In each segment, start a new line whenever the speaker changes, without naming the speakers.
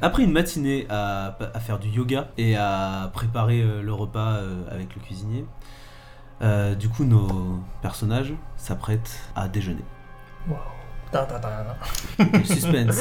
Après une matinée à, à faire du yoga et à préparer euh, le repas euh, avec le cuisinier, euh, du coup nos personnages s'apprêtent à déjeuner.
Wow. Ta, ta, ta, ta.
Le suspense.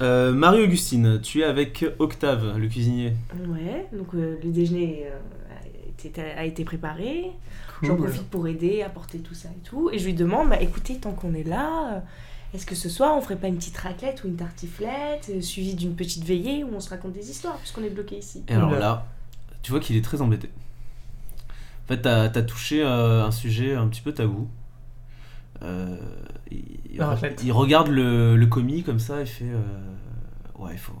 Euh, Marie-Augustine, tu es avec Octave, le cuisinier.
Ouais, donc euh, le déjeuner euh, a, été, a été préparé. J'en
Cool.
profite pour aider, apporter tout ça et tout. Et je lui demande, bah, écoutez, tant qu'on est là, euh, est-ce que ce soir on ferait pas une petite raclette ou une tartiflette, euh, suivie d'une petite veillée où on se raconte des histoires, puisqu'on est bloqué ici
Et alors
Oula.
là, tu vois qu'il est très embêté. En fait, t'as as touché euh, un sujet un petit peu tabou. Euh, il,
La raclette.
il regarde le, le commis comme ça et fait euh, Ouais, il faut,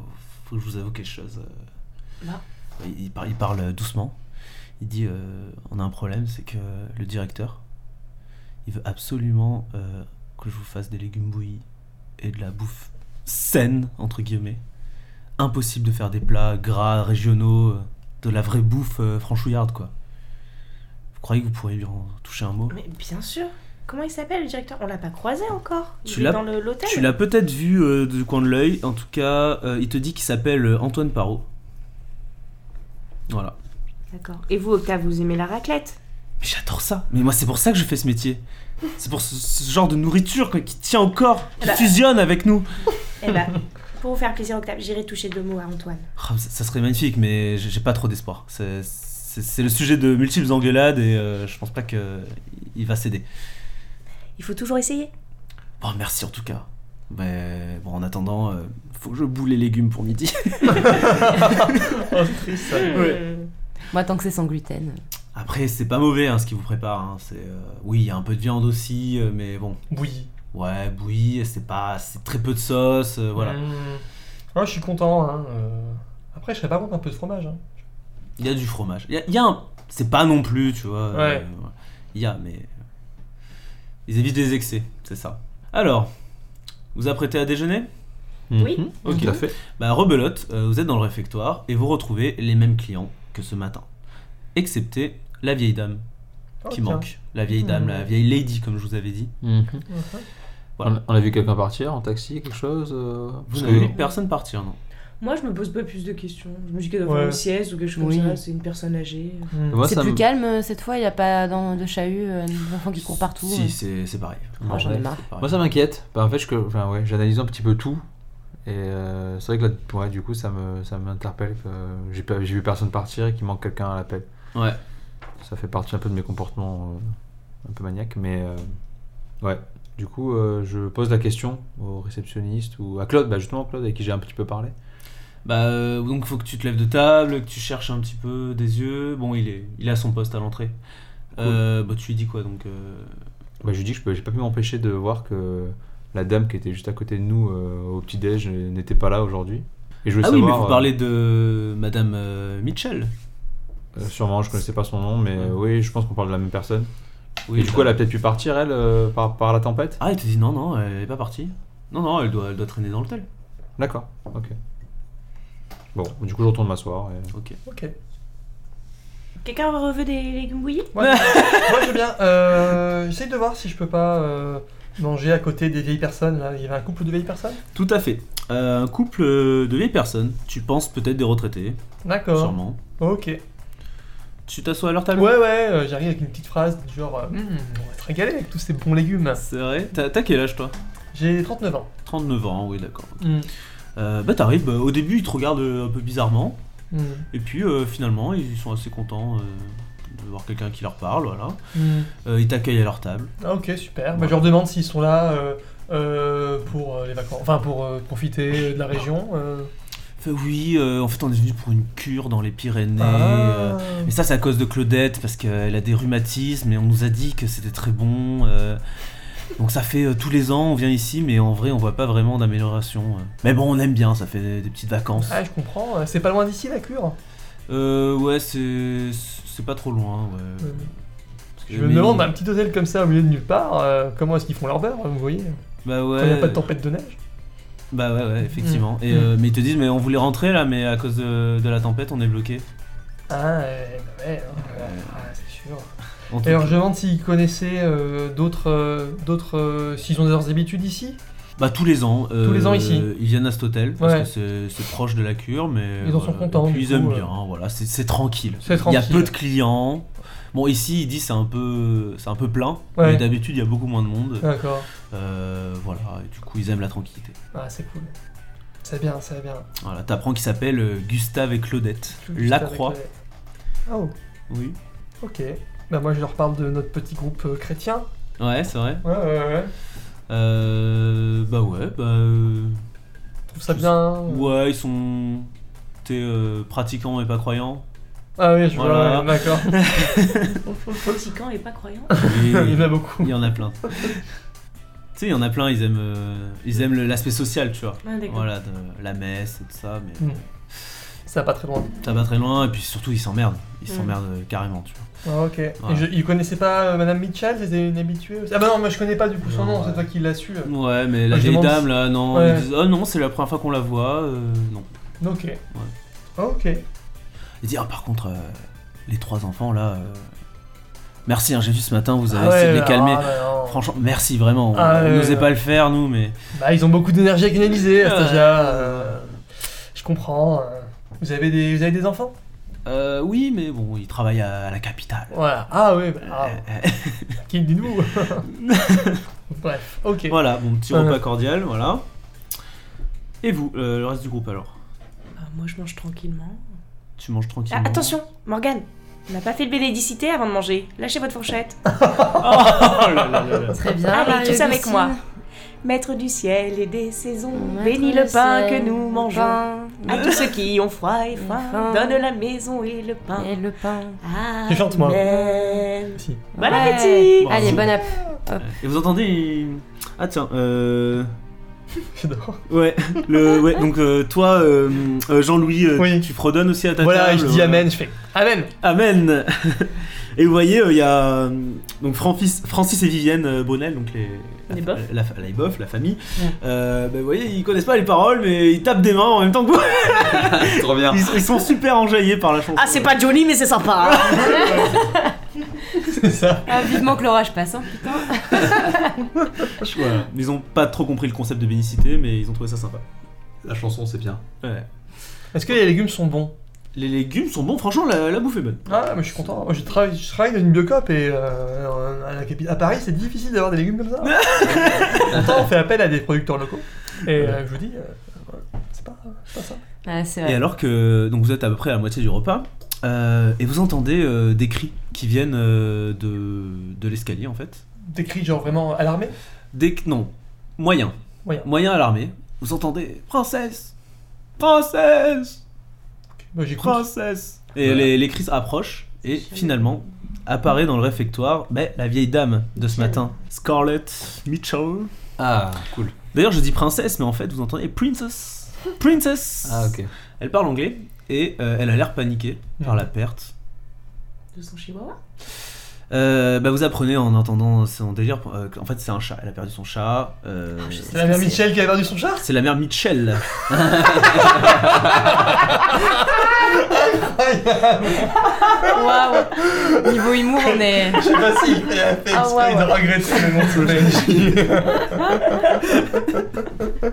faut que je vous avoue quelque chose.
Là.
Il, il par- il parle doucement. Il dit euh, On a un problème, c'est que le directeur, il veut absolument euh, que je vous fasse des légumes bouillis et de la bouffe saine, entre guillemets. Impossible de faire des plats gras, régionaux, euh, de la vraie bouffe euh, franchouillarde, quoi. Vous croyez que vous pourriez lui en toucher un mot
Mais bien sûr Comment il s'appelle le directeur On l'a pas croisé encore Il
Tu
est
l'as-
dans le- l'hôtel
Tu l'as peut-être vu euh, du coin de l'œil, en tout cas, euh, il te dit qu'il s'appelle euh, Antoine Parot. Voilà.
D'accord. Et vous, Octave, vous aimez la raclette
Mais j'adore ça Mais moi, c'est pour ça que je fais ce métier. C'est pour ce, ce genre de nourriture quoi, qui tient au corps, qui
Bah.
fusionne avec nous.
Eh ben, pour vous faire plaisir, Octave, j'irai toucher deux mots à Antoine.
Oh, ça, ça serait magnifique, mais j'ai j'ai pas trop d'espoir. C'est- C'est c'est le sujet de multiples engueulades et euh, je pense pas que il va céder.
Il faut toujours essayer.
Bon, merci en tout cas. Mais bon, en attendant, euh, faut que je boule les légumes pour midi.
Oh, c'est triste ça.
Hmm.
Moi, tant que c'est sans gluten.
Après, c'est pas mauvais hein, ce qui vous prépare. hein. C'est euh, oui, il y a un peu de viande aussi, euh, mais bon,
Oui.
ouais, bouillie, c'est pas, c'est très peu de sauce, euh, voilà.
Hmm. Ah, je suis content. hein, euh. Après, je serais pas contre un peu de fromage. hein.
Il y a du fromage. Il y a, il y a un, c'est pas non plus, tu vois. euh,
Ouais.
voilà. Il y a, mais euh, ils évitent les excès, c'est ça. Alors, vous apprêtez à déjeuner
Oui.
Mhm, ok.
Tout à fait.
Bah, rebelote, euh, vous êtes dans le réfectoire et vous retrouvez les mêmes clients que ce matin. Excepté la vieille dame
Oh,
qui
tiens.
manque. La vieille dame,
Mhm.
Hmm.
la vieille lady, comme je vous avais dit.
Mhm.
Voilà.
On, on a vu quelqu'un partir en taxi, quelque chose euh,
Vous
parce
n'avez
que-
vu personne partir, non
Moi, je me pose pas plus de questions. Je me dis qu'elle doit
Ouais.
faire une sieste ou quelque chose
Oui.
comme ça. C'est une personne âgée.
Mhm.
Moi,
c'est
ça
plus
me-
calme euh, cette fois, il n'y a pas d'en- de chahut, euh, des enfants qui courent partout.
Si,
euh.
c'est c'est pareil.
Ah, j'en ai
Ouais,
marre.
c'est pareil.
Moi, ça m'inquiète. Bah, en fait, je que- enfin, ouais, j'analyse un petit peu tout. Et euh, c'est vrai que là, ouais, du coup, ça me, ça m'interpelle que j'ai, pas- j'ai vu personne partir et qu'il manque quelqu'un à l'appel.
Ouais.
Ça fait partie un peu de mes comportements euh, un peu maniaques, mais euh, ouais. Du coup, euh, je pose la question au réceptionniste ou à Claude, bah, justement Claude, avec qui j'ai un petit peu parlé.
Bah, euh, donc faut que tu te lèves de table, que tu cherches un petit peu des yeux. Bon, il est, il a son poste à l'entrée. Euh, bah, tu lui dis quoi donc euh,
Bah, je lui dis que je peux- j'ai pas pu m'empêcher de voir que la dame qui était juste à côté de nous euh, au petit déj n'était pas là aujourd'hui. Et je voulais
Ah oui,
savoir,
mais vous
euh,
parlez de Madame euh, Mitchell.
euh, sûrement, je connaissais pas son nom, mais euh, oui, je pense qu'on parle de la même personne.
Oui. bah.
et du coup, elle a peut-être pu partir, elle, euh, par, par la tempête
Ah, elle te dit non, non, elle est pas partie. Non, non, elle doit, elle doit traîner dans l'hôtel.
D'accord, ok. Bon, du coup, je retourne m'asseoir. et-
Ok.
Quelqu'un veut des légumes bouillis
Moi, moi, je veux bien. Euh, J'essaie de voir si je peux pas euh, manger à côté des vieilles personnes. Là. Il y avait un couple de vieilles personnes
Tout à fait. Euh, un couple euh, de vieilles personnes. Tu penses peut-être des retraités,
D'accord.
sûrement.
Ok.
Tu t'assois à leur
Ah. Ouais,
table.
ouais, euh, j'arrive avec une petite phrase du genre euh, Hmm, on va se régaler avec tous ces bons légumes.
C'est vrai. T'as t'as quel âge toi
J'ai 39 ans.
39 ans, oui, d'accord.
Mmh.
Euh, bah t'arrives. bah, au début, ils te regardent euh, un peu bizarrement.
Hmm,
Et puis euh, finalement, ils sont assez contents euh, de voir quelqu'un qui leur parle, voilà.
hmm.
Euh, ils t'accueillent à leur table.
Ah, ok, super. Bah,
Ouais.
je leur demande s'ils sont là euh, euh, pour euh, les vacances. Enfin, pour euh, profiter de la région. euh.
Fait, oui, euh, en fait, on est venu pour une cure dans les Pyrénées. euh,
Ah.
mais ça, c'est à cause de Claudette, parce qu'elle a des rhumatismes et on nous a dit que c'était très bon. euh, Donc ça fait euh, tous les ans, on vient ici, mais en vrai, on voit pas vraiment d'amélioration. euh. Mais bon, on aime bien, ça fait des, des petites vacances.
Ah, je comprends. euh, C'est pas loin d'ici la cure.
Euh, ouais, c'est c'est pas trop loin, ouais.
Ouais.
Parce que
Je me
mais-
demande, un petit hôtel comme ça au milieu de nulle part, euh, comment est-ce qu'ils font leur beurre, vous voyez
Bah
Quand il n'y a
ouais.
pas de tempête de neige.
Bah ouais, ouais, effectivement. Et,
Mm.
euh, mais ils te disent, mais on voulait rentrer là, mais à cause de, de la tempête, on est bloqué.
Ah, euh, bah ouais, euh, ah, c'est sûr.
On te-
Et alors, je me demande s'ils connaissaient euh, d'autres. euh, d'autres euh, s'ils ont leurs habitudes ici.
Bah tous les ans. euh,
Tous les ans ici.
Ils viennent à cet hôtel parce
Ouais.
que c'est- c'est proche de la cure, mais.
Ils en
voilà.
sont contents,
Et puis
du
ils aiment
coup, euh.
bien, hein, voilà, c'est c'est tranquille.
C'est
Il y
tranquille.
a peu de clients. Bon ici il dit c'est un peu c'est un peu plein,
Ouais.
mais d'habitude il y a beaucoup moins de monde.
D'accord.
Euh, voilà, et du coup ils aiment la tranquillité.
Ah, c'est cool. C'est bien, c'est bien.
Voilà, t'apprends qu'il s'appelle euh, Gustave et Claudette. Lacroix.
Lacroix. Oh,
Oui.
ok. Bah, moi, je leur parle de notre petit groupe euh, chrétien.
Ouais, c'est vrai.
Ouais, ouais, ouais.
Euh, bah ouais, bah. euh,
Je trouve ça bien.
Ouais, ils sont. T'es euh, pratiquant et pas croyant.
Ah, oui, je
Voilà.
vois, ouais, d'accord.
Pratiquant et pas croyant.
Oui,
Il y en a beaucoup.
il y en a plein. tu sais, il y en a plein, ils aiment, euh, ils aiment le- l'aspect social, tu vois.
Ah, d'accord.
Voilà, de la messe et tout ça, mais
Mm. Ça va pas très loin.
ça va très loin, et puis surtout ils s'emmerdent. Ils
Mm.
s'emmerdent euh, carrément, tu vois.
Ah, ok. Et je, ils connaissaient pas euh, Madame Mitchell C'était une habituée aussi Ah, bah non, moi je connais pas du coup son
Non,
nom,
ouais.
c'est toi qui l'as su. euh.
Ouais, mais la
Je
vieille
demande
dame
si-
là, non.
Ouais.
Ils disent, oh non, c'est la première fois qu'on la voit, euh, non.
Ok. Ok.
Il dit, ah, par contre, euh, les trois enfants là. euh, Merci, hein, j'ai vu ce matin, vous avez
Ah
essayé de
ouais,
les calmer.
ah, bah, non.
Franchement, merci vraiment. On-
Ah
on
ouais,
n'osait
ouais.
pas le faire, nous, mais.
Bah, ils ont beaucoup d'énergie à canaliser, à cet
Ouais.
âge-là, euh, Je comprends. euh. Vous avez des, vous avez des enfants
Euh, oui, mais bon, il travaille à, à la capitale.
Voilà. Ah, oui, bah, ah,
Euh,
qui dit nous Bref, ok.
Voilà, bon petit
Ouais.
repas cordial, voilà. Et vous, euh, le reste du groupe alors
Ah, moi, je mange tranquillement.
Tu manges tranquillement
Ah, attention, Morgane, on n'a pas fait le bénédicité avant de manger. Lâchez votre fourchette.
Oh là là là là.
Très bien.
Allez, tous
Marie-Augustine.
avec moi. Maître du ciel et des saisons,
Maître
bénis le
du
pain
ciel,
que nous
le
mangeons.
pain.
À tous ceux qui ont froid et faim,
faim.
donne la maison et le pain.
Et le pain.
Ah,
Je chante, moi. Si.
Bon
Ouais.
appétit
Bon.
Allez, bon app.
Et vous entendez il- Ah tiens, euh...
J'adore.
Ouais, le... ouais donc euh, toi, euh, euh, Jean-Louis, euh,
Oui.
tu fredonnes aussi à ta
Voilà,
table
je dis
voilà.
Amen, je fais Amen
Amen Et vous voyez, euh, il y a euh, donc Francis, Francis et Vivienne euh, Bonnel, donc les, la,
Les bofs.
la, la- les bofs, la famille. Euh, bah, vous voyez, ils connaissent pas les paroles, mais ils tapent des mains en même temps que vous.
Trop bien.
Ils, ils sont super enjaillés par la chanson.
Ah, c'est pas Johnny, mais c'est sympa hein.
C'est ça.
Ah, vivement que l'orage passe, hein, putain.
Voilà. Ils ont pas trop compris le concept de bénicité, mais ils ont trouvé ça sympa.
La chanson, c'est bien.
Ouais.
Est-ce que les légumes sont bons
Les légumes sont bons, franchement, la, la bouffe est bonne.
Ah, mais je suis content. Moi, je travaille, je travaille dans une biocop et euh, à, la capi- à Paris, c'est difficile d'avoir des légumes comme ça. Pourtant, on fait appel à des producteurs locaux. Et euh, je vous dis, euh, c'est pas, c'est pas ça.
Ah, c'est
Et
vrai.
alors que donc vous êtes à peu près à la moitié du repas, euh, et vous entendez euh, des cris qui viennent euh, de, de l'escalier en fait.
Des cris, genre vraiment alarmés
Des non, moyen.
Moyen.
Moyen alarmé. Vous entendez Princesse Princesse
Moi, j'écoute.
Princesse Et
Voilà.
les, les cris approchent et finalement apparaît dans le réfectoire bah, la vieille dame de ce matin, Scarlett Mitchell.
Ah, cool.
D'ailleurs, je dis princesse, mais en fait, vous entendez princess. Princess
Ah, ok.
Elle parle anglais et euh, elle a l'air paniquée par
Mhm.
la perte.
De son chihuahua
Euh, bah, vous apprenez en entendant son délire. euh, qu'en fait, c'est un chat. Elle a perdu son chat. euh,
Ah, je sais.
C'est la mère Michel qui a perdu son chat
c'est la mère Mitchell.
Waouh Niveau humour, on est.
Je sais pas si il a fait
Ah,
exprès
ouais,
de
ouais.
regretter le nom de son chat.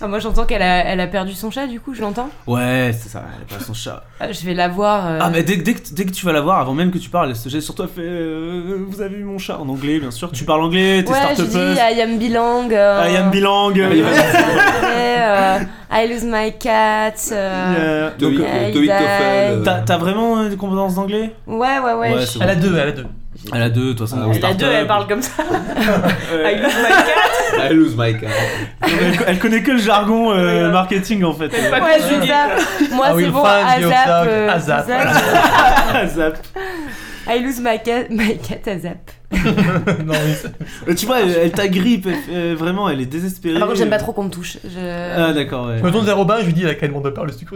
Ah, moi, j'entends qu'elle a, elle a perdu son chat, du coup, je l'entends.
Ouais, c'est ça. Elle a perdu son chat.
Ah, je vais la voir. euh,
Ah, mais dès, que- dès que, dès que tu vas la voir, avant même que tu parles, elle se jette sur toi. elle Fait, euh, vous avez vu mon chat en anglais, bien sûr. Tu parles anglais, t'es
Ouais, je
start-up.
dis I am bilang. euh,
I am bilingue.
euh, I lose my cat. euh,
Euh,
Toi,
donc,
euh,
Toi,
il
Toffel,
a-
T'as t'as vraiment euh, des compétences d'anglais
Ouais, ouais, ouais.
Ouais,
je-
c'est
Elle a deux, elle a deux.
Elle a deux, euh, de toute façon.
Ah,
dans
oui.
La
start-up.
deux, elle parle comme ça. I
Ouais.
love my cat.
I lose my car.
elle, elle connaît que le jargon euh,
hein.
Ouais.
marketing en fait.
Même pas
Ouais,
conjugué.
c'est ça. Moi,
Ah oui,
c'est bon, euh,
Franz, Georg
Azap.
Stark,
euh,
Azap,
Zap.
Ah, zap.
I lose my cat, my cat à zap.
non, mais c'est-
Mais Euh, tu vois, elle, elle t'agrippe, elle fait- euh, vraiment, elle est désespérée.
Par contre, j'aime pas trop euh, qu'on me touche. Je...
Ah, d'accord, ouais.
je me tourne vers Robin et je lui dis, il a qu'à demander par le sucre.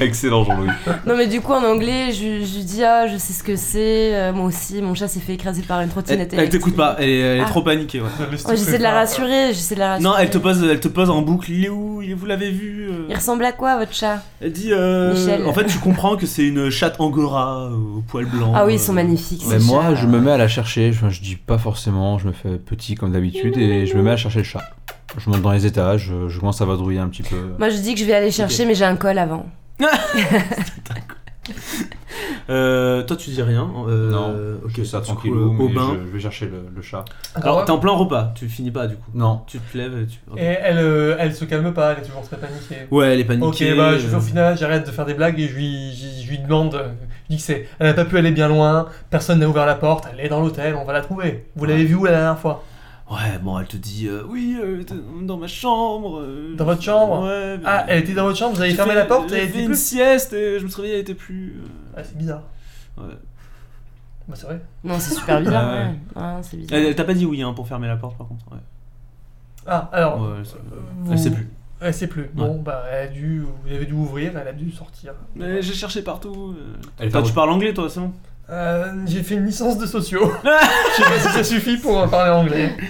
Excellent, Jean-Louis.
Non, mais du coup, en anglais, je, je lui dis Ah, je sais ce que c'est. euh, moi aussi, mon chat s'est fait écraser par une
Elle,
trottinette.
elle t'écoute pas, elle est, elle est
Ah.
trop paniquée, ouais.
Ouais, j'essaie de la rassurer, j'essaie de la rassurer.
Non, elle te pose, elle te pose en boucle. Il est où Il- Vous l'avez vu euh
Il ressemble à quoi votre chat
Elle dit. euh,
Michel.
En fait, tu comprends que c'est une chatte angora euh, au poil blanc.
Ah oui, ils sont
euh,
magnifiques.
Oh, Mais
ces
moi,
chats.
je me mets à la chercher. Je, je dis pas forcément, je me fais petit comme d'habitude et je me mets à chercher le chat. Je monte dans les étages, euh, je, je commence à vadrouiller un petit peu.
Moi, je dis que je vais aller chercher, mais j'ai un col avant.
euh, toi, tu dis rien. euh,
Non,
ok.
Je fais ça
du coup,
tranquille,
euh, au
mais
bain.
je, je vais chercher le, le chat.
Alors, t'es en plein repas, tu finis pas du coup.
Non.
Tu te lèves et tu.
Ah Et elle, euh, elle se calme pas, elle est toujours très paniquée.
Ouais, elle est
Ok,
paniquée.
bah, je,
euh,
au final, j'arrête de faire des blagues et je lui, je, je lui demande. euh, Je dis que c'est. Elle n'a pas pu aller bien loin, personne n'a ouvert la porte, elle est dans l'hôtel, on va la trouver. Vous l'avez vue où la dernière fois
Ouais, bon, elle te dit euh, oui, euh, t- dans ma chambre. euh,
Dans votre chambre
Ouais. mais-
Ah, elle était dans votre chambre, vous avez
J'ai
fermé
fait-
la porte et
j'ai
elle
fait
était
une
plus.
sieste et je me suis réveillé, elle était plus. euh,
Ah, c'est bizarre.
ouais.
Bah, c'est vrai.
Non, c'est super bizarre.
Ah ouais.
ouais. Ouais, c'est bizarre.
Elle, elle t'a pas dit oui hein, pour fermer la porte par contre. Ouais.
Ah, alors.
Ouais, elle sait-
vous-
elle sait plus.
Elle sait plus. Bon, bah, elle a dû. Vous avez dû ouvrir, elle a dû sortir.
Mais j'ai cherché partout. euh.
Elle
Toi,
fait-
tu parles anglais toi, c'est bon
Euh, j'ai fait une licence de sociaux. Je sais pas si ça suffit pour euh, parler anglais.
Mm.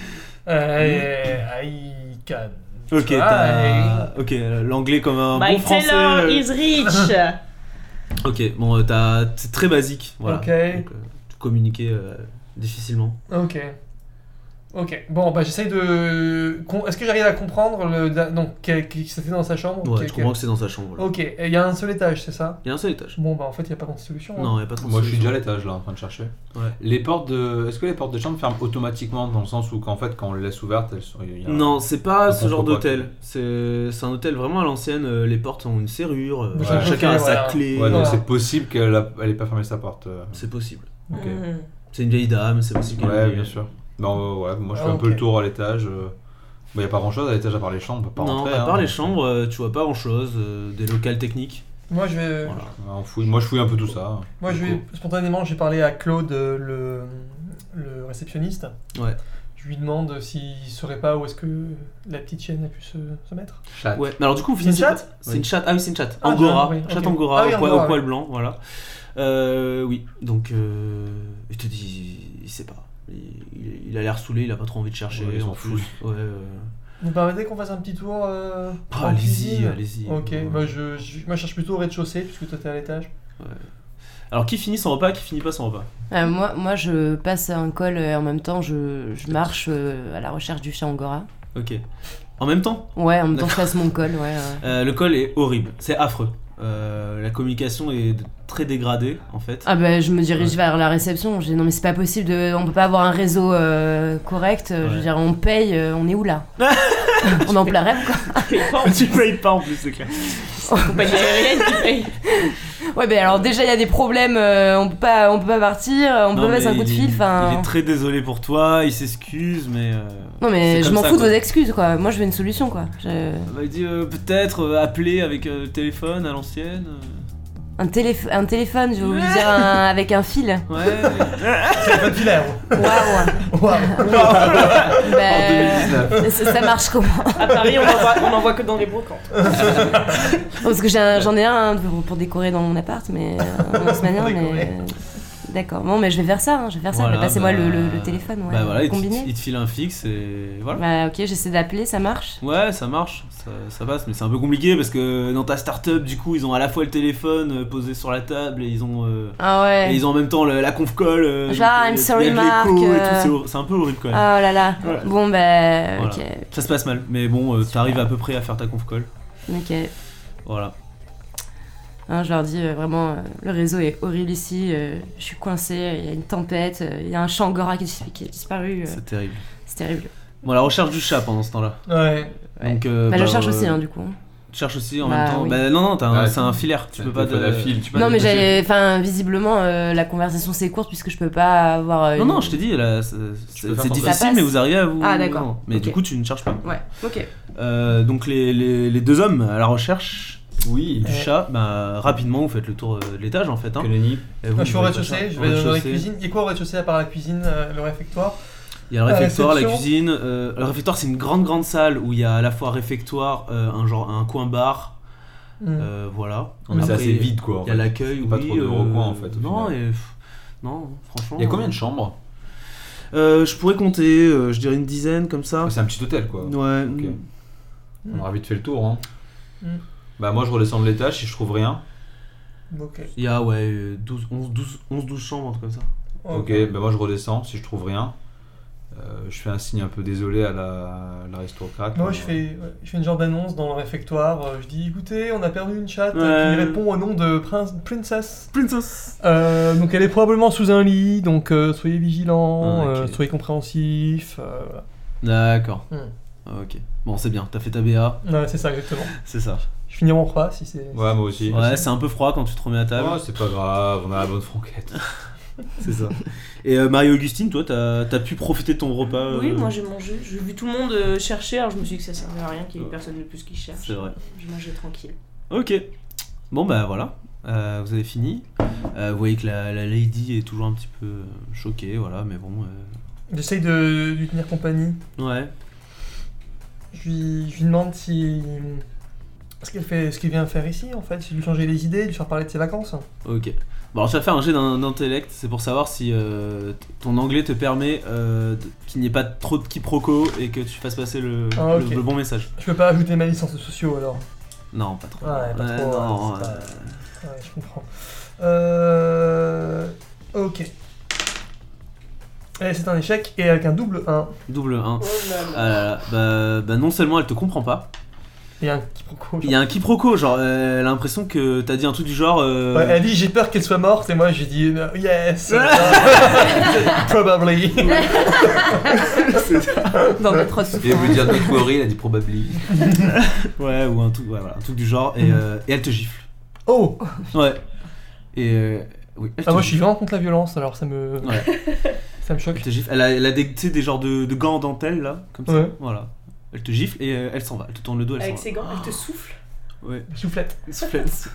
Euh, I can.
Ok,
try.
t'as. Ok, euh, l'anglais comme un
My
bon français.
tailor
euh.
Bah, is rich.
Ok, bon, euh, t'as. C'est très basique. Voilà.
Ok.
Donc, euh, tu communiquais euh, difficilement.
Ok. Ok. Bon, bah j'essaye de. con- Est-ce que j'arrive à comprendre le. Donc, qu'elle- qu'elle- c'était dans sa chambre
Ouais,
qu'elle-
tu comprends que c'est dans sa chambre. là.
Ok, et il y a un seul étage, c'est ça
Il y a un seul étage.
Bon, bah en fait, il n'y a pas de solution. hein.
Non, il y a pas trop de
Moi, je suis déjà
solution.
à l'étage là, en train de chercher.
Ouais.
Les portes de, est-ce que les portes de chambre ferment automatiquement dans le sens où qu'en fait, quand on les laisse ouvertes, elles sont. il y a-
Non, c'est pas
Un
ce genre
contrepoids,
d'hôtel. C'est c'est un hôtel vraiment à l'ancienne. euh, Les portes ont une serrure. euh,
Ouais.
voilà, Chacun a sa
Voilà.
clé.
Ouais, donc
Voilà.
c'est possible qu'elle a- elle ait pas fermé sa porte. euh.
C'est possible.
Ok.
Mm.
C'est une vieille dame, c'est possible. qu'elle
Ouais,
ait-
bien sûr. Non, ouais, moi je
Ah,
fais un peu
ok.
le tour à l'étage. euh. Bon, y a pas grand chose à l'étage à part les chambres, on peut pas
non,
rentrer,
à
hein,
part les
donc,
chambres, euh, tu vois pas grand chose. des locales techniques.
Moi, je vais.
Voilà.
euh, on fouille- Moi je fouille un peu tout ça.
Moi, je vais spontanément, j'ai parlé à Claude, euh, le, le réceptionniste.
Ouais.
Je lui demande s'il saurait pas où est-ce que la petite chienne a pu se, se mettre.
Chat.
Ouais, mais alors du coup, vous
C'est une
finissez
chatte
pas- C'est une chatte. Ah oui, c'est une chatte.
Ah,
angora.
j'ai- oui,
Chatte
ok.
angora
Ah oui,
au, poil,
angora,
au poil
ouais.
blanc, voilà. Euh, oui, donc euh, il te dit, il sait pas. Il, il- il a l'air saoulé, il a pas trop envie de chercher.
Ouais, il s'en
en
fout.
plus. Ouais, euh,
Vous permettez qu'on fasse un petit tour euh,
ah,
en
allez-y,
cuisine
allez-y.
Ok, Bah,
Ouais.
moi je, je- moi, je cherche plutôt au rez-de-chaussée puisque toi t'es à l'étage.
Alors qui finit son repas, qui finit pas son repas
Euh, moi, moi, je passe un col euh, et en même temps, je, je marche euh, à la recherche du chat Angora.
Ok. En même temps,
Ouais, en même temps, je
D'accord.
passe mon col. Ouais, ouais.
euh, le col est horrible, c'est affreux. Euh, la communication est d- très dégradée en fait.
Ah bah, je me dirige vers la réception. J'ai dit, non, mais c'est pas possible, de... on peut pas avoir un réseau euh, correct. euh, Je
Ouais.
veux dire, on paye, euh, on est où là On est en plein rêve, quoi.
Les portes,
tu payes pas en plus, c'est clair.
compagnie aérienne qui paye.
Ouais, ben alors déjà, il y a des problèmes, euh, on, peut pas, on peut pas partir, on peut
Non,
pas passer un
mais
coup de
il-
fil.
Il
enfin...
est très désolé pour toi, il s'excuse, mais. euh,
Non,
c'est
mais je
comme
m'en
ça,
fous de
quoi.
vos excuses, quoi. Moi, je veux une solution, quoi. Je-
bah, il dit euh, peut-être euh, appeler avec euh, le téléphone à l'ancienne. euh,
Un, téléph- un téléphone, je vais vous dire, un- avec un fil. Euh,
Ouais.
Pas de filaire.
Waouh Ben, ça, ça marche comment
À Paris, on en voit, on en voit que dans les brocantes.
Parce que j'ai un- j'en ai un hein, pour, pour décorer dans mon appart, mais euh, de cette manière,
Pour décorer.
mais... D'accord, bon, mais je vais faire ça, hein, je vais faire ça.
Voilà,
Mais Passez-moi
bah,
le, le- le téléphone, ouais,
bah voilà, il te,
combiné.
il te file un fixe et voilà.
Bah, ok, j'essaie d'appeler, ça marche
Ouais, ça marche, ça, ça passe, mais c'est un peu compliqué parce que dans ta startup, du coup, ils ont à la fois le téléphone euh, posé sur la table et ils ont, euh,
Ah
et
ouais.
ils ont en même temps le- la conf call. euh, donc,
Genre,
euh,
I'm
il y a-
sorry,
il y a de l'écho
Marc,
et tout,
euh.
c'est hor- C'est un peu horrible quand même.
Oh là là.
Voilà.
Bon, bah, ok.
Ça se passe mal, mais bon, euh, t'arrives à peu près à faire ta conf call.
Ok.
Voilà.
Hein, je leur dis euh, vraiment, euh, le réseau est horrible ici, euh, je suis coincée, il y a une tempête, euh, il y a un chat angora qui, dis- qui a disparu, euh,
C'est terrible.
c'est terrible.
Bon, la recherche du chat pendant ce temps-là.
Ouais.
Ouais.
Donc, euh,
bah, je
bah,
cherche
euh,
aussi, hein, du coup.
Tu cherches aussi en
Bah,
même temps.
oui.
Bah, non, non, t'as un-
Ouais,
c'est un filaire, tu
C'est
peux
un
pas.
téléphone
de-
à fil, tu peux
Non, mais
détacher.
j'allais. Enfin, visiblement, euh, la conversation s'écourte puisque je peux pas avoir. euh,
Non,
une-
non, je t'ai dit, là, c'est
Tu
c'est-
peux faire
c'est
sans-
Ça
difficile,
passe.
mais vous arrivez à vous.
Ah, d'accord.
non, Mais
Ok.
du coup, tu ne cherches pas.
Ouais, ok.
Euh, donc les, les- les deux hommes à la recherche
Oui.
du chat, bah, rapidement, vous faites le tour euh, de l'étage en fait. Hein.
Kenani.
Et vous,
Ah, je suis au
vous
rez-de-chaussée,
faites
je
au
vais dans la
rez-de-chaussée.
cuisine. Il y a quoi au rez-de-chaussée à part la cuisine, euh, le réfectoire
Il y a le
Ah, la
réfectoire, la
réception.
cuisine. euh, le réfectoire, c'est une grande, grande salle où il y a à la fois réfectoire, euh, un genre un coin bar,
Hmm.
euh, voilà.
Mais c'est
Après,
assez vide quoi. en
Il y a
fait.
l'accueil, oui.
Pas trop de
euh,
recoins, en fait, au
Non,
final.
et, pff, non, franchement.
Il y a combien de chambres
Euh, Je pourrais compter, euh, je dirais une dizaine comme ça.
Ah, C'est un petit hôtel quoi.
Ouais.
Ok. On aura vite fait le tour. Hein.
Mm.
Bah moi je redescends de l'étage si je trouve rien.
Ok.
Il y a ouais, euh, 12, 11, 12, 11, 12 chambres, un truc comme ça.
Ok, bah moi je redescends si je trouve rien. Euh, je fais un signe un peu désolé à la- à l'aristocrate.
Moi,
Euh,
je fais, ouais, je fais une genre d'annonce dans le réfectoire. euh, Je dis écoutez, on a perdu une chatte
Ouais.
qui répond au nom de Prince, Princess.
Princess
Euh, donc, elle est probablement sous un lit, donc euh, soyez vigilants,
Ah, ok.
euh, soyez compréhensifs. euh, voilà.
D'accord.
Hmm.
Ah, Ok. Bon, c'est bien, t'as fait ta BA,
Ouais, c'est ça, exactement.
c'est ça.
Je finis mon repas si c'est.
Ouais, moi aussi.
Ouais, c'est un peu froid quand tu te remets à table.
Oh, c'est pas grave, on a la bonne franquette.
C'est ça. Et euh, Marie-Augustine, toi, t'as as pu profiter de ton repas euh,
Oui, moi j'ai mangé. J'ai vu tout le monde euh, chercher, alors je me suis dit que ça servait à rien qu'il y ait personne de plus qui cherche.
C'est vrai.
Je mangeais tranquille.
Ok. Bon, bah voilà. Euh, vous avez fini. Euh, vous voyez que la, la lady est toujours un petit peu euh, choquée, voilà, mais bon. euh,
J'essaye de lui tenir compagnie.
Ouais.
Je lui, je lui demande si. Ce qu'elle fait, ce qu'il vient faire ici, en fait, c'est lui changer les idées, lui faire parler de ses vacances.
Ok. Bon, alors tu vas faire un jet d'in- d'intellect, c'est pour savoir si euh, t- ton anglais te permet euh, de- qu'il n'y ait pas trop de quiproquos et que tu fasses passer le,
Ah, ok.
le- le bon message.
Je peux pas ajouter ma licence aux sociaux alors.
Non, pas trop.
Ouais, pas trop,
non,
ouais, c'est
euh,
Ouais, je comprends. Euh... Ok. Eh, c'est un échec et avec un double 1.
double 1. Ah là là, bah, bah non seulement elle te comprend pas,
Et un quiproquo.
il
genre.
y a un quiproquo, genre euh, elle a l'impression que t'as dit un truc du genre... euh,
Ouais, elle dit j'ai peur qu'elle soit morte et moi j'ai dit euh, yes. Probably.
Dans notre souffrance.
Et vous dire d'autres théories, il a dit probably.
Ouais, ou un truc, ouais, voilà, un truc du genre,
Mhm.
et, euh, et elle te gifle.
Oh
Ouais. Et euh, oui, elle te,
ah, Moi je suis
gifle.
vraiment contre la violence alors ça me...
Ouais.
ça
Elle
me choque.
te gifle. Elle a, elle a des, tu sais, des genres de, de gants en dentelle, là, comme ça.
Ouais.
Voilà. Elle te gifle et euh, elle s'en va. Elle te tourne le dos, elle s'en
Ah, Avec
va.
ses gants, elle te souffle.
Ouais,
Soufflette.
soufflette.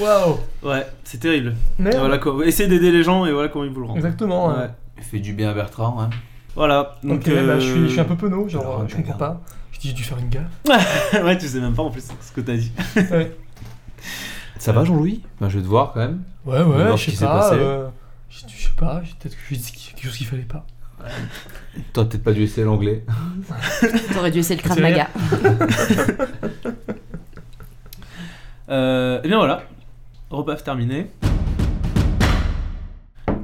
Waouh.
ouais, c'est terrible.
Mais
Et voilà quoi. Essayez d'aider les gens et voilà comment ils vous le rendent.
Exactement. hein.
Ouais.
Il fait du bien à Bertrand. Hein.
Voilà.
Ok,
Donc,
bah,
euh,
je, suis, je suis un peu penaud, genre
alors,
euh, je comprends
regarde.
pas. Je dis j'ai dû faire une gaffe.
euh, ouais, tu sais même pas en plus ce que t'as dit.
Ça va Jean-Louis ben, Je vais te voir quand même.
Ouais,
On va
ouais,
voir ce
je
qui
sais
s'est
pas.
passé.
euh, j'ai dû- Je sais pas, j'ai- peut-être que j'ai dit quelque chose qu'il fallait pas.
T'aurais peut-être pas dû essayer l'anglais.
T'aurais dû essayer le Krav
C'est vrai.
Maga.
Euh, et bien voilà. Repas terminé.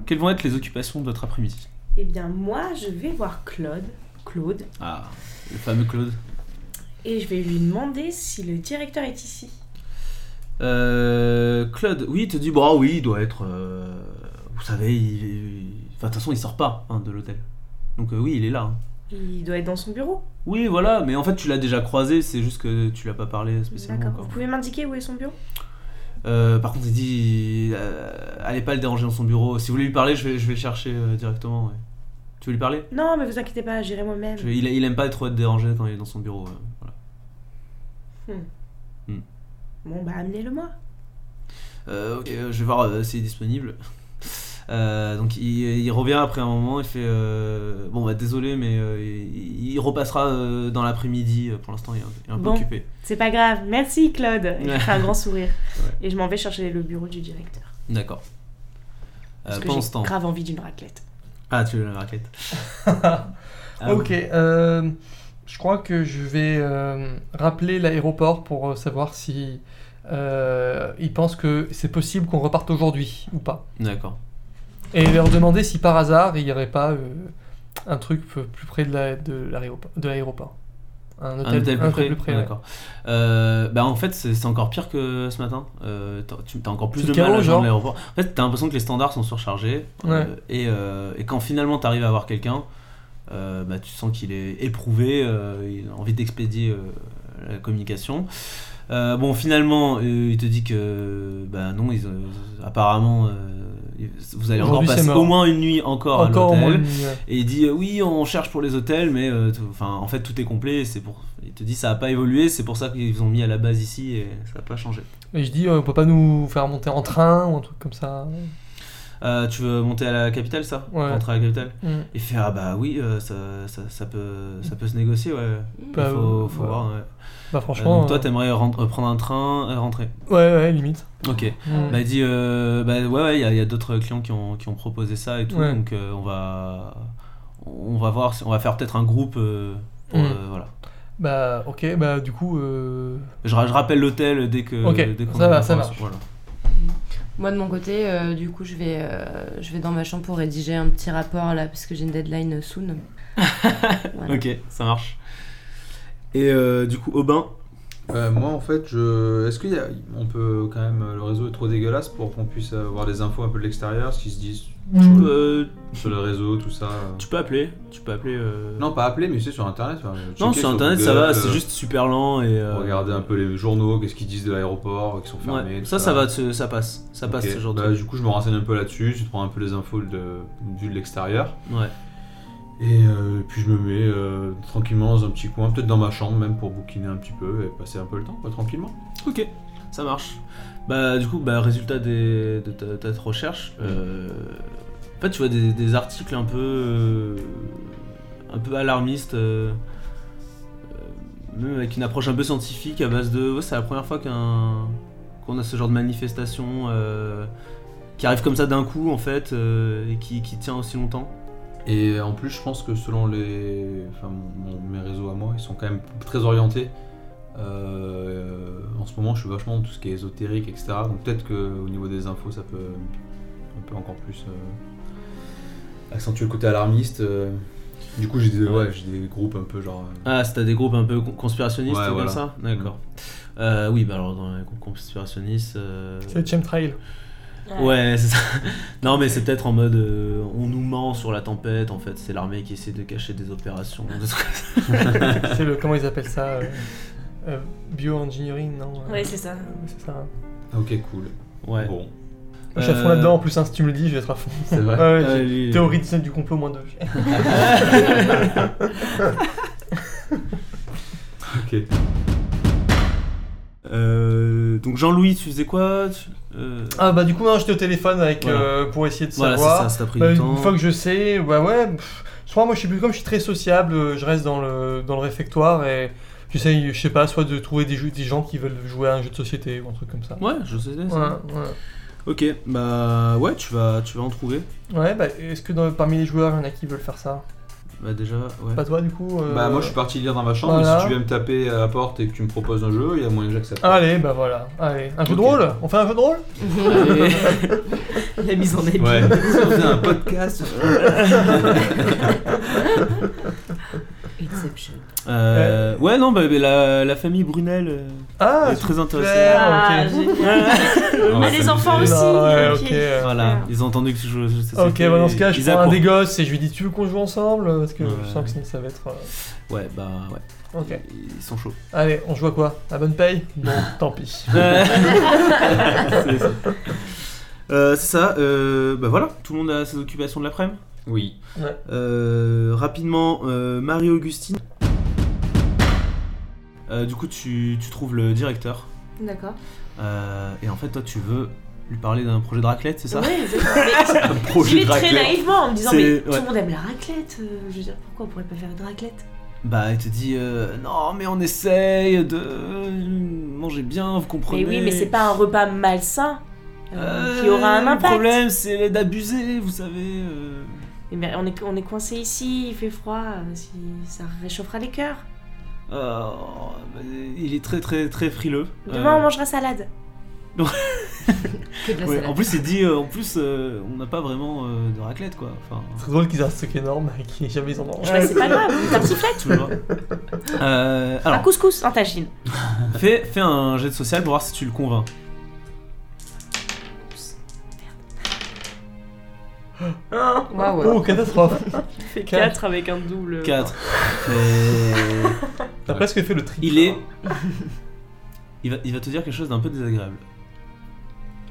Quelles vont être les occupations de votre après-midi
Eh bien, moi, je vais voir Claude. Claude.
Ah, le fameux Claude.
Et je vais lui demander si le directeur est ici.
Euh, Claude, oui, il te dit, bah oui, il doit être. euh, vous savez, il. il- Enfin, de toute façon, il sort pas hein, de l'hôtel. Donc, euh, oui, il est là. hein.
Il doit être dans son bureau.
Oui, voilà, mais en fait, tu l'as déjà croisé, c'est juste que tu l'as pas parlé spécialement.
D'accord.
encore.
Vous pouvez m'indiquer où est son bureau
Euh, par contre, il dit, euh, allez pas le déranger dans son bureau. Si vous voulez lui parler, je vais, je vais le chercher euh, directement. ouais. Tu veux lui parler
Non, mais vous inquiétez pas, j'irai moi-même.
Je- il, il aime pas trop être dérangé quand il est dans son bureau. euh, voilà.
Bon, bah, amenez-le-moi.
Euh, ok, euh, je vais voir euh, s'il est disponible. Euh, donc il, il revient après un moment, il fait euh, bon bah désolé mais euh, il, il repassera euh, dans l'après-midi. euh, Pour l'instant il est un, il est un
Bon.
peu occupé.
C'est pas grave, merci Claude. Et
Ouais.
Je fais un grand sourire.
Ouais.
Et je m'en vais chercher le bureau du directeur.
D'accord.
Parce
Euh,
que
pendant ce
j'ai
temps.
grave envie d'une raclette.
Ah tu veux la raquette. Ah,
ok, euh, je crois que je vais euh, rappeler l'aéroport pour euh, savoir si euh, ils pensent que c'est possible qu'on reparte aujourd'hui ou pas.
oui. Euh, D'accord.
Et leur demander si par hasard il n'y aurait pas euh, un truc peu plus près de la- de l'aéroport. De l'aéroport. un hôtel,
Un hôtel
un
plus près.
hôtel plus près, ouais.
D'accord. Euh, bah en fait c'est c'est encore pire que ce matin. Euh, t'as- tu as encore plus
C'est
de
le chaos,
mal à joindre
genre.
l'aéroport. En fait t'as l'impression que les standards sont surchargés.
Ouais.
euh, et, euh, et quand finalement t'arrives à avoir quelqu'un, euh, bah, tu sens qu'il est éprouvé, euh, il a envie d'expédier euh, la communication. Euh, bon finalement euh, il te dit que bah non ils, euh, apparemment euh, vous allez encore
Aujourd'hui, c'est
passer
mort.
au moins une nuit encore,
Encore
à
au moins
l'hôtel.
une nuit, ouais.
Et il dit euh, oui, on cherche pour les hôtels, mais euh, tout- enfin en fait tout est complet. et C'est pour. Il te dit ça a pas évolué, c'est pour ça qu'ils ont mis à la base ici et ça a pas changé.
Et je dis, euh, on peut pas nous faire monter en train ou un truc comme ça.
Euh, tu veux monter à la capitale, ça
Ouais.
Rentrer à la capitale.
Mm.
Il fait ah bah oui, euh, ça, ça, ça peut ça peut se négocier, ouais. Il
Bah,
faut,
euh,
faut
ouais.
voir. ouais.
Bah
Euh,
franchement.
donc toi
euh,
t'aimerais ren- euh, prendre un train, et rentrer.
Ouais, ouais, limite.
Ok.
Mm.
Bah, il dit, euh, bah ouais, ouais, il y a- il y a, d'autres clients qui ont, qui ont proposé ça et tout,
Ouais.
donc euh, on va on va voir, si- on va faire peut-être un groupe. euh, pour,
Mm.
euh, voilà.
Bah, ok, bah du coup. euh,
Je, ra- je rappelle l'hôtel dès que.
Ok,
dès qu'on
ça
a
va,
une
ça
information, voilà.
Moi de mon côté, euh, du coup, je vais, euh, je vais dans ma chambre pour rédiger un petit rapport là, parce que j'ai une deadline euh, soon. Voilà.
Ok, ça marche. Et euh, du coup, Aubin,
Euh, moi, en fait, je. Est-ce qu'il y a. On peut quand même. Le réseau est trop dégueulasse pour qu'on puisse avoir des infos un peu de l'extérieur, ce qui se dit
tu,
Mm.
peux, euh,
sur le réseau, tout ça.
tu peux appeler. Tu peux appeler. euh,
Non, pas appeler, mais c'est sur internet. enfin,
non,
checker
sur internet ça
Google,
va,
euh,
c'est juste super lent et. euh,
Regarder un peu les journaux, qu'est-ce qu'ils disent de l'aéroport, qui sont
ouais.
fermés. tout
ça, ça va, ce- ça passe. Ça passe
Ok.
ce genre de
Bah,
truc.
Du coup, je me renseigne un peu là-dessus, je prends un peu les infos de, vu de l'extérieur.
Ouais.
Et euh, puis je me mets euh, tranquillement dans un petit coin, peut-être dans ma chambre même pour bouquiner un petit peu et passer un peu le temps, quoi, tranquillement.
Ok, ça marche. Bah du coup, bah, résultat des- de ta, ta recherche, euh, en fait tu vois des, des articles un peu, euh, un peu alarmistes, euh, euh, même avec une approche un peu scientifique à base de, ouais, c'est la première fois qu'un qu'on a ce genre de manifestation euh, qui arrive comme ça d'un coup en fait euh, et qui, qui tient aussi longtemps.
Et en plus, je pense que selon les, enfin, mon- mon- mes réseaux à moi, ils sont quand même très orientés. Euh, en ce moment, je suis vachement dans tout ce qui est ésotérique, etc. Donc peut-être qu'au niveau des infos, ça peut un peu encore plus euh, accentuer le côté alarmiste. euh. Du coup, j'ai des, ouais, j'ai des groupes un peu genre. euh,
Ah, c'est à des groupes un peu con- conspirationnistes
Ouais,
comme
voilà. Mm.
ça D'accord. Euh, oui, bah alors dans les groupes conspirationnistes... euh,
C'est le chemtrail.
Ouais, c'est ça. Non, mais c'est peut-être en mode euh, on nous ment sur la tempête, en fait, c'est l'armée qui essaie de cacher des opérations. des trucs.
c'est le. Comment ils appellent ça euh, euh, Bioengineering, non euh,
Ouais, c'est ça.
c'est ça. hein.
Ok, cool.
Ouais.
Bon,
Moi, je suis à fond
Euh,
là-dedans en plus, hein, si tu me le dis, je vais être à fond.
c'est vrai.
Ouais,
Euh,
j'ai-
lui-
Théorie de scène du complot moins 2.
Ok.
Euh, donc Jean-Louis, tu faisais quoi tu- euh,
Ah bah du coup, non, j'étais au téléphone avec
Voilà.
euh, pour essayer de
Voilà, c'est
savoir.
ça, ça t'a pris
Bah,
du temps.
une fois que je sais, bah ouais, pff, je crois moi je suis plus comme je suis très sociable, euh, je reste dans le, dans le réfectoire et j'essaye, je sais pas, soit de trouver des, jeux- des gens qui veulent jouer à un jeu de société ou un truc comme ça.
Ouais, je sais.
Ouais,
ça.
ouais.
Ok, bah ouais, tu vas, tu vas en trouver.
ouais bah est-ce que dans- parmi les joueurs, il y en a qui veulent faire ça
Bah déjà, ouais.
Pas toi du coup euh,
Bah moi, je suis parti lire dans ma chambre.
voilà.
mais Si tu viens me taper à la porte et que tu me proposes un jeu, il y a moyen que j'accepte.
Allez, bah voilà, allez. Un jeu
Ok.
de rôle On fait un jeu de rôle
La mise en
Ouais.
abîme.
Si on faisait un podcast.
Exception.
Euh, ouais, non, bah, bah, la, la famille Brunel euh,
Ah,
est très intéressée.
super.
Ah,
ok.
génial.
On va
Ah, les enfants
s'amuser.
aussi.
Ouais,
ok.
ok. euh,
Voilà, ils ont entendu que tu joues. aux jeux de société,
Ok, bah dans ce cas, je
ils
prends un
accourent.
des gosses et je lui dis Tu veux qu'on joue ensemble Parce que
Ouais.
je sens que sinon, ça va être. euh,
Ouais, bah ouais,
Ok.
ils sont chauds.
Allez, on joue à quoi À bonne paye Bon, tant pis.
C'est ça. Euh, c'est ça, euh, bah voilà, tout le monde a ses occupations de l'après-midi.
Oui.
Euh, rapidement, euh, Marie-Augustine. Euh, du coup, tu, tu trouves le directeur.
D'accord.
Euh, et en fait, toi, tu veux lui parler d'un projet de raclette, c'est ça Oh,
Ouais, exactement.
Un
Mais J'y
projet
vais
de
très
raclette.
naïvement en me disant
C'est-
mais
ouais.
tout le monde aime la raclette. euh, je veux dire pourquoi on pourrait pas faire une raclette
Bah, il te dit euh, Non, mais on essaye de manger bien, vous comprenez.
Mais oui, mais c'est pas un repas malsain euh,
Euh,
qui aura un
Le
impact.
problème, c'est d'abuser, vous savez. euh.
Mais ben, on est on est coincé ici, il fait froid, euh, si ça réchauffera les cœurs.
Euh, il est très, très, très frileux.
Demain
Euh,
on mangera salade.
Que de la
Ouais,
salade.
en plus, il dit, euh, en plus, euh, on n'a pas vraiment euh, de raclette, quoi. Enfin,
C'est drôle qu'ils aient un truc énorme et qu'ils jamais ils en mangent.
Bah, c'est pas grave, une tartiflette,
tu vois. Euh,
un
alors,
couscous, un tagine.
fais, fais un jet de social pour voir si tu le convaincs.
Waouh.
Oh, catastrophe
Il fait
Quatre.
quatre avec un double.
4.
T'as
Ouais.
presque fait le tri.
Il est. Il va, il va te dire quelque chose d'un peu désagréable.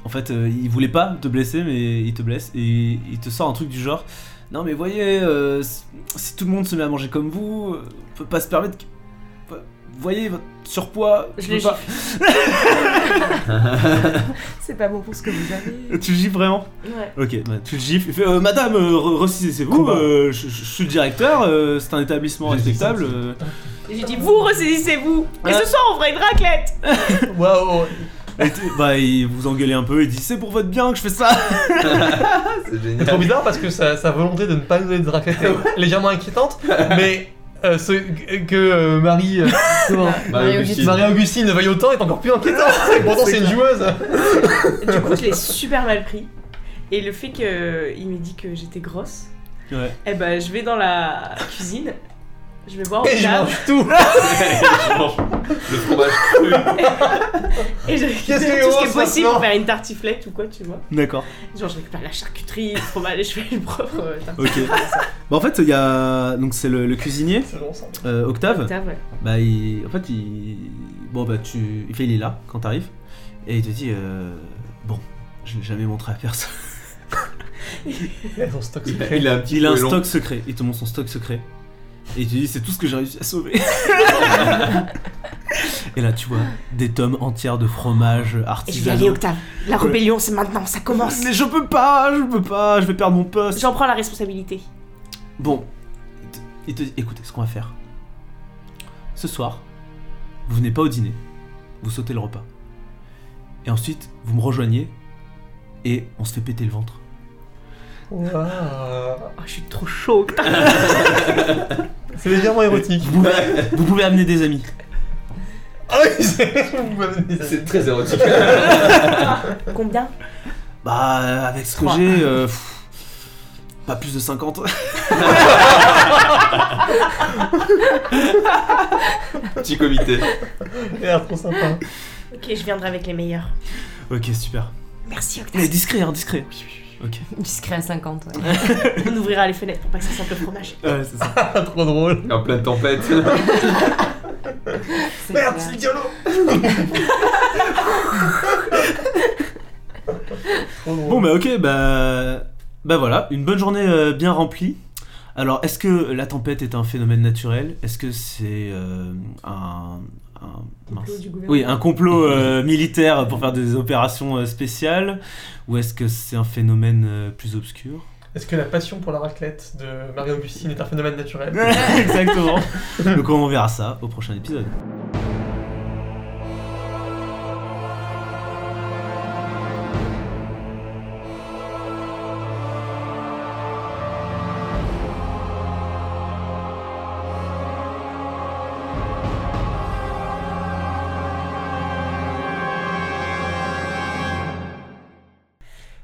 En fait, euh, il voulait pas te blesser, mais il te blesse et il te sort un truc du genre. Non, mais voyez, euh, si- si tout le monde se met à manger comme vous, euh, on peut pas se permettre. que- Enfin, Voyez votre surpoids.
Je
peut
le
pas-
C'est pas bon pour ce que vous avez.
Tu le gifles vraiment
Ouais.
Ok, bah, tu le gifles. Il fait euh, Madame, euh, re- ressaisissez-vous.
Combat.
euh, je, je- je suis le directeur. euh, c'est un établissement
J'ai dit ça,
respectable.
c'est-
euh,
Et j'ai dit, vous ressaisissez-vous Et
Ah.
ce soir, on fera une raclette
Waouh
Et t- bah, il vous engueulez un peu, il dit c'est pour votre bien que je fais ça.
C'est
C'est trop
génial.
bizarre parce que sa, sa volonté de ne pas nous donner de raclette est légèrement inquiétante, mais euh, ce que euh, Marie, euh, comment
Bah, Marie-Augustine.
Marie-Augustine veuille autant est encore plus inquiétant. Pourtant, Ah, c'est une joueuse.
Du coup, je l'ai super mal pris. Et le fait qu'il m'ait dit que j'étais grosse,
Ouais.
eh ben, je vais dans la cuisine, je vais voir au
Et je
table,
mange tout.
Le fromage cru.
et je récupère
Qu'est-ce que
tout ce
grosse
qui est possible
maintenant
pour faire une tartiflette ou quoi, tu vois.
D'accord.
Genre, je récupère la charcuterie, le fromage, et je fais une propre euh, tartiflette.
Ok. bah en fait il y a donc c'est le, le cuisinier
C'est bon ça.
euh, Octave.
Octave, ouais.
Bah il, en fait il bon bah tu il fait il est là quand t'arrives et il te dit euh, bon je l'ai jamais montré à personne.
Elles ont stock
Il a,
secret.
il a un petit
Il a un
peu long.
stock secret. Il te montre son stock secret et il te dit c'est tout ce que j'ai réussi à sauver. et là tu vois des tomes entières de fromage
Et je vais aller,
artisanal.
Octave. La
Ouais.
rébellion, c'est maintenant, ça commence.
Mais je peux pas, je peux pas, je vais perdre mon poste.
J'en prends la responsabilité.
Bon, il te dit, écoutez, ce qu'on va faire. Ce soir, vous venez pas au dîner, vous sautez le repas. Et ensuite, vous me rejoignez et on se fait péter le ventre.
Waouh.
Oh, je suis trop chaud, Octave.
C'est légèrement érotique.
Vous pouvez, vous pouvez amener des amis.
Ah oui, c'est. vous m'avez dit ça.
C'est très érotique.
Combien
Bah, euh, avec ce que
Trois.
j'ai, euh, pff, pas plus de 50.
Petit comité.
Elle a l'air trop sympa.
Ok, je viendrai avec les meilleurs.
ok, super.
Merci, Octave.
Mais discret, hein, discret. Ok.
Discret à 50. ouais.
On ouvrira les fenêtres pour pas que ça sente le fromage.
Ouais, c'est ça.
Ah, trop drôle.
En pleine tempête.
C'est
Merde,
clair.
c'est Diallo. Trop drôle.
Bon, bah, ok, bah. Bah voilà, une bonne journée euh, bien remplie. Alors, est-ce que la tempête est un phénomène naturel Est-ce que c'est euh, un. un- mince.
Complot du gouvernement.
Oui, un complot euh, militaire pour faire des opérations euh, spéciales Ou est-ce que c'est un phénomène euh, plus obscur
Est-ce que la passion pour la raclette de Marie-Augustine est un phénomène naturel
Exactement Donc on verra ça au prochain épisode.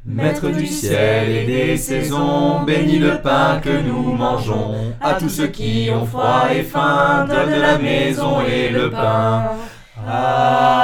Maître du ciel et des saisons, bénis le pain que nous mangeons. À tous ceux qui ont froid et faim, donne la maison et le pain. Amen.